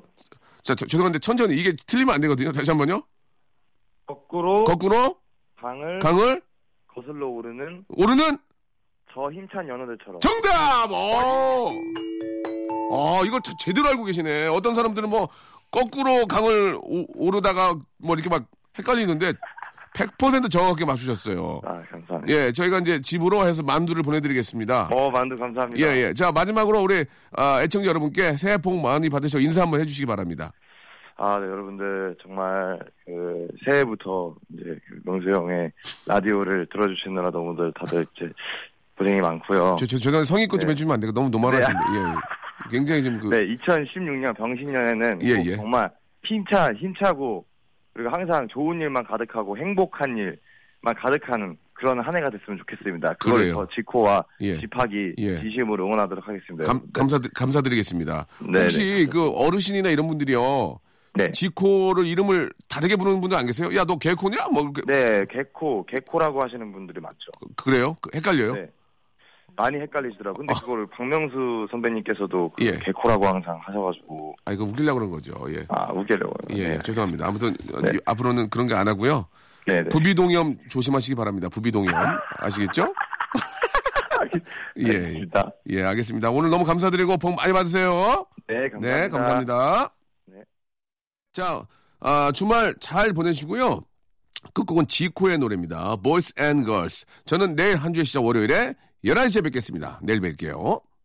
Speaker 2: 자, 저- 죄송한데 천천히 이게 틀리면 안 되거든요. 다시 한번요.
Speaker 5: 거꾸로
Speaker 2: 거꾸로
Speaker 5: 강을
Speaker 2: 강을
Speaker 5: 거슬러 오르는
Speaker 2: 오르는
Speaker 5: 저 힘찬 연어들처럼
Speaker 2: 정답! 어! 아, 이걸 자- 제대로 알고 계시네. 어떤 사람들은 뭐, 거꾸로 강을 오, 르다가뭐 이렇게 막 헷갈리는데, 100% 정확하게 맞추셨어요.
Speaker 5: 아 감사합니다
Speaker 2: 예, 저희가 이제 집으로 해서 만두를 보내드리겠습니다.
Speaker 5: 어 만두 감사합니다
Speaker 2: 예, 예. 자, 마지막으로 우리 아, 애청자 여러분께 새해 복 많이 받으시고 인사 한번 해주시기 바랍니다.
Speaker 5: 아, 네, 여러분들 정말 그 새해부터 이제 그 명수 형의 라디오를 들어주시느라 너무들 다들 이제 고생이 많고요.
Speaker 2: 저, 저, 죄송한데 성의껏 좀
Speaker 5: 어. 네.
Speaker 2: 해주시면 안 돼요. 너무 노멀하신데. 예. 예. 굉장히 좀 그,
Speaker 5: 네, 2016년 병신년에는
Speaker 2: 예,
Speaker 5: 꼭
Speaker 2: 예.
Speaker 5: 정말 힘차 힘차고 그리고 항상 좋은 일만 가득하고 행복한 일만 가득한 그런 한 해가 됐으면 좋겠습니다. 그걸
Speaker 2: 그래요.
Speaker 5: 더 지코와
Speaker 2: 예.
Speaker 5: 지팍이
Speaker 2: 예.
Speaker 5: 진심으로 응원하도록 하겠습니다.
Speaker 2: 감, 감사, 감사드리겠습니다.
Speaker 5: 네,
Speaker 2: 혹시 그 어르신이나 이런 분들이요.
Speaker 5: 네.
Speaker 2: 지코를 이름을 다르게 부르는 분들 안 계세요? 야, 너 개코냐? 뭐, 이렇게.
Speaker 5: 네, 개코, 개코라고 하시는 분들이 많죠.
Speaker 2: 그래요? 그- 헷갈려요? 아.
Speaker 5: 네. 많이 헷갈리시더라고요. 근데 그걸 박명수 선배님께서도 그
Speaker 2: 예.
Speaker 5: 개코라고 항상 하셔가지고,
Speaker 2: 아, 이거 웃기려고 그런 거죠. 예.
Speaker 5: 아, 웃기려고.
Speaker 2: 예, 죄송합니다. 아무튼 어,
Speaker 5: 네.
Speaker 2: 이- 앞으로는 그런 게 안 하고요.
Speaker 5: 네, 네.
Speaker 2: 부비동염 조심하시기 바랍니다. 부비동염 아시겠죠? 예,
Speaker 5: 알겠습니다.
Speaker 2: 예, 알겠습니다. 오늘 너무 감사드리고 복 많이 받으세요.
Speaker 5: 네, 감사합니다.
Speaker 2: 네, 감사합니다.
Speaker 5: 네.
Speaker 2: 자, 아, 주말 잘 보내시고요. 끝곡은 지코의 노래입니다. Boys and Girls. 저는 내일 한 주의 시작 월요일에 11시에 뵙겠습니다. 내일 뵐게요.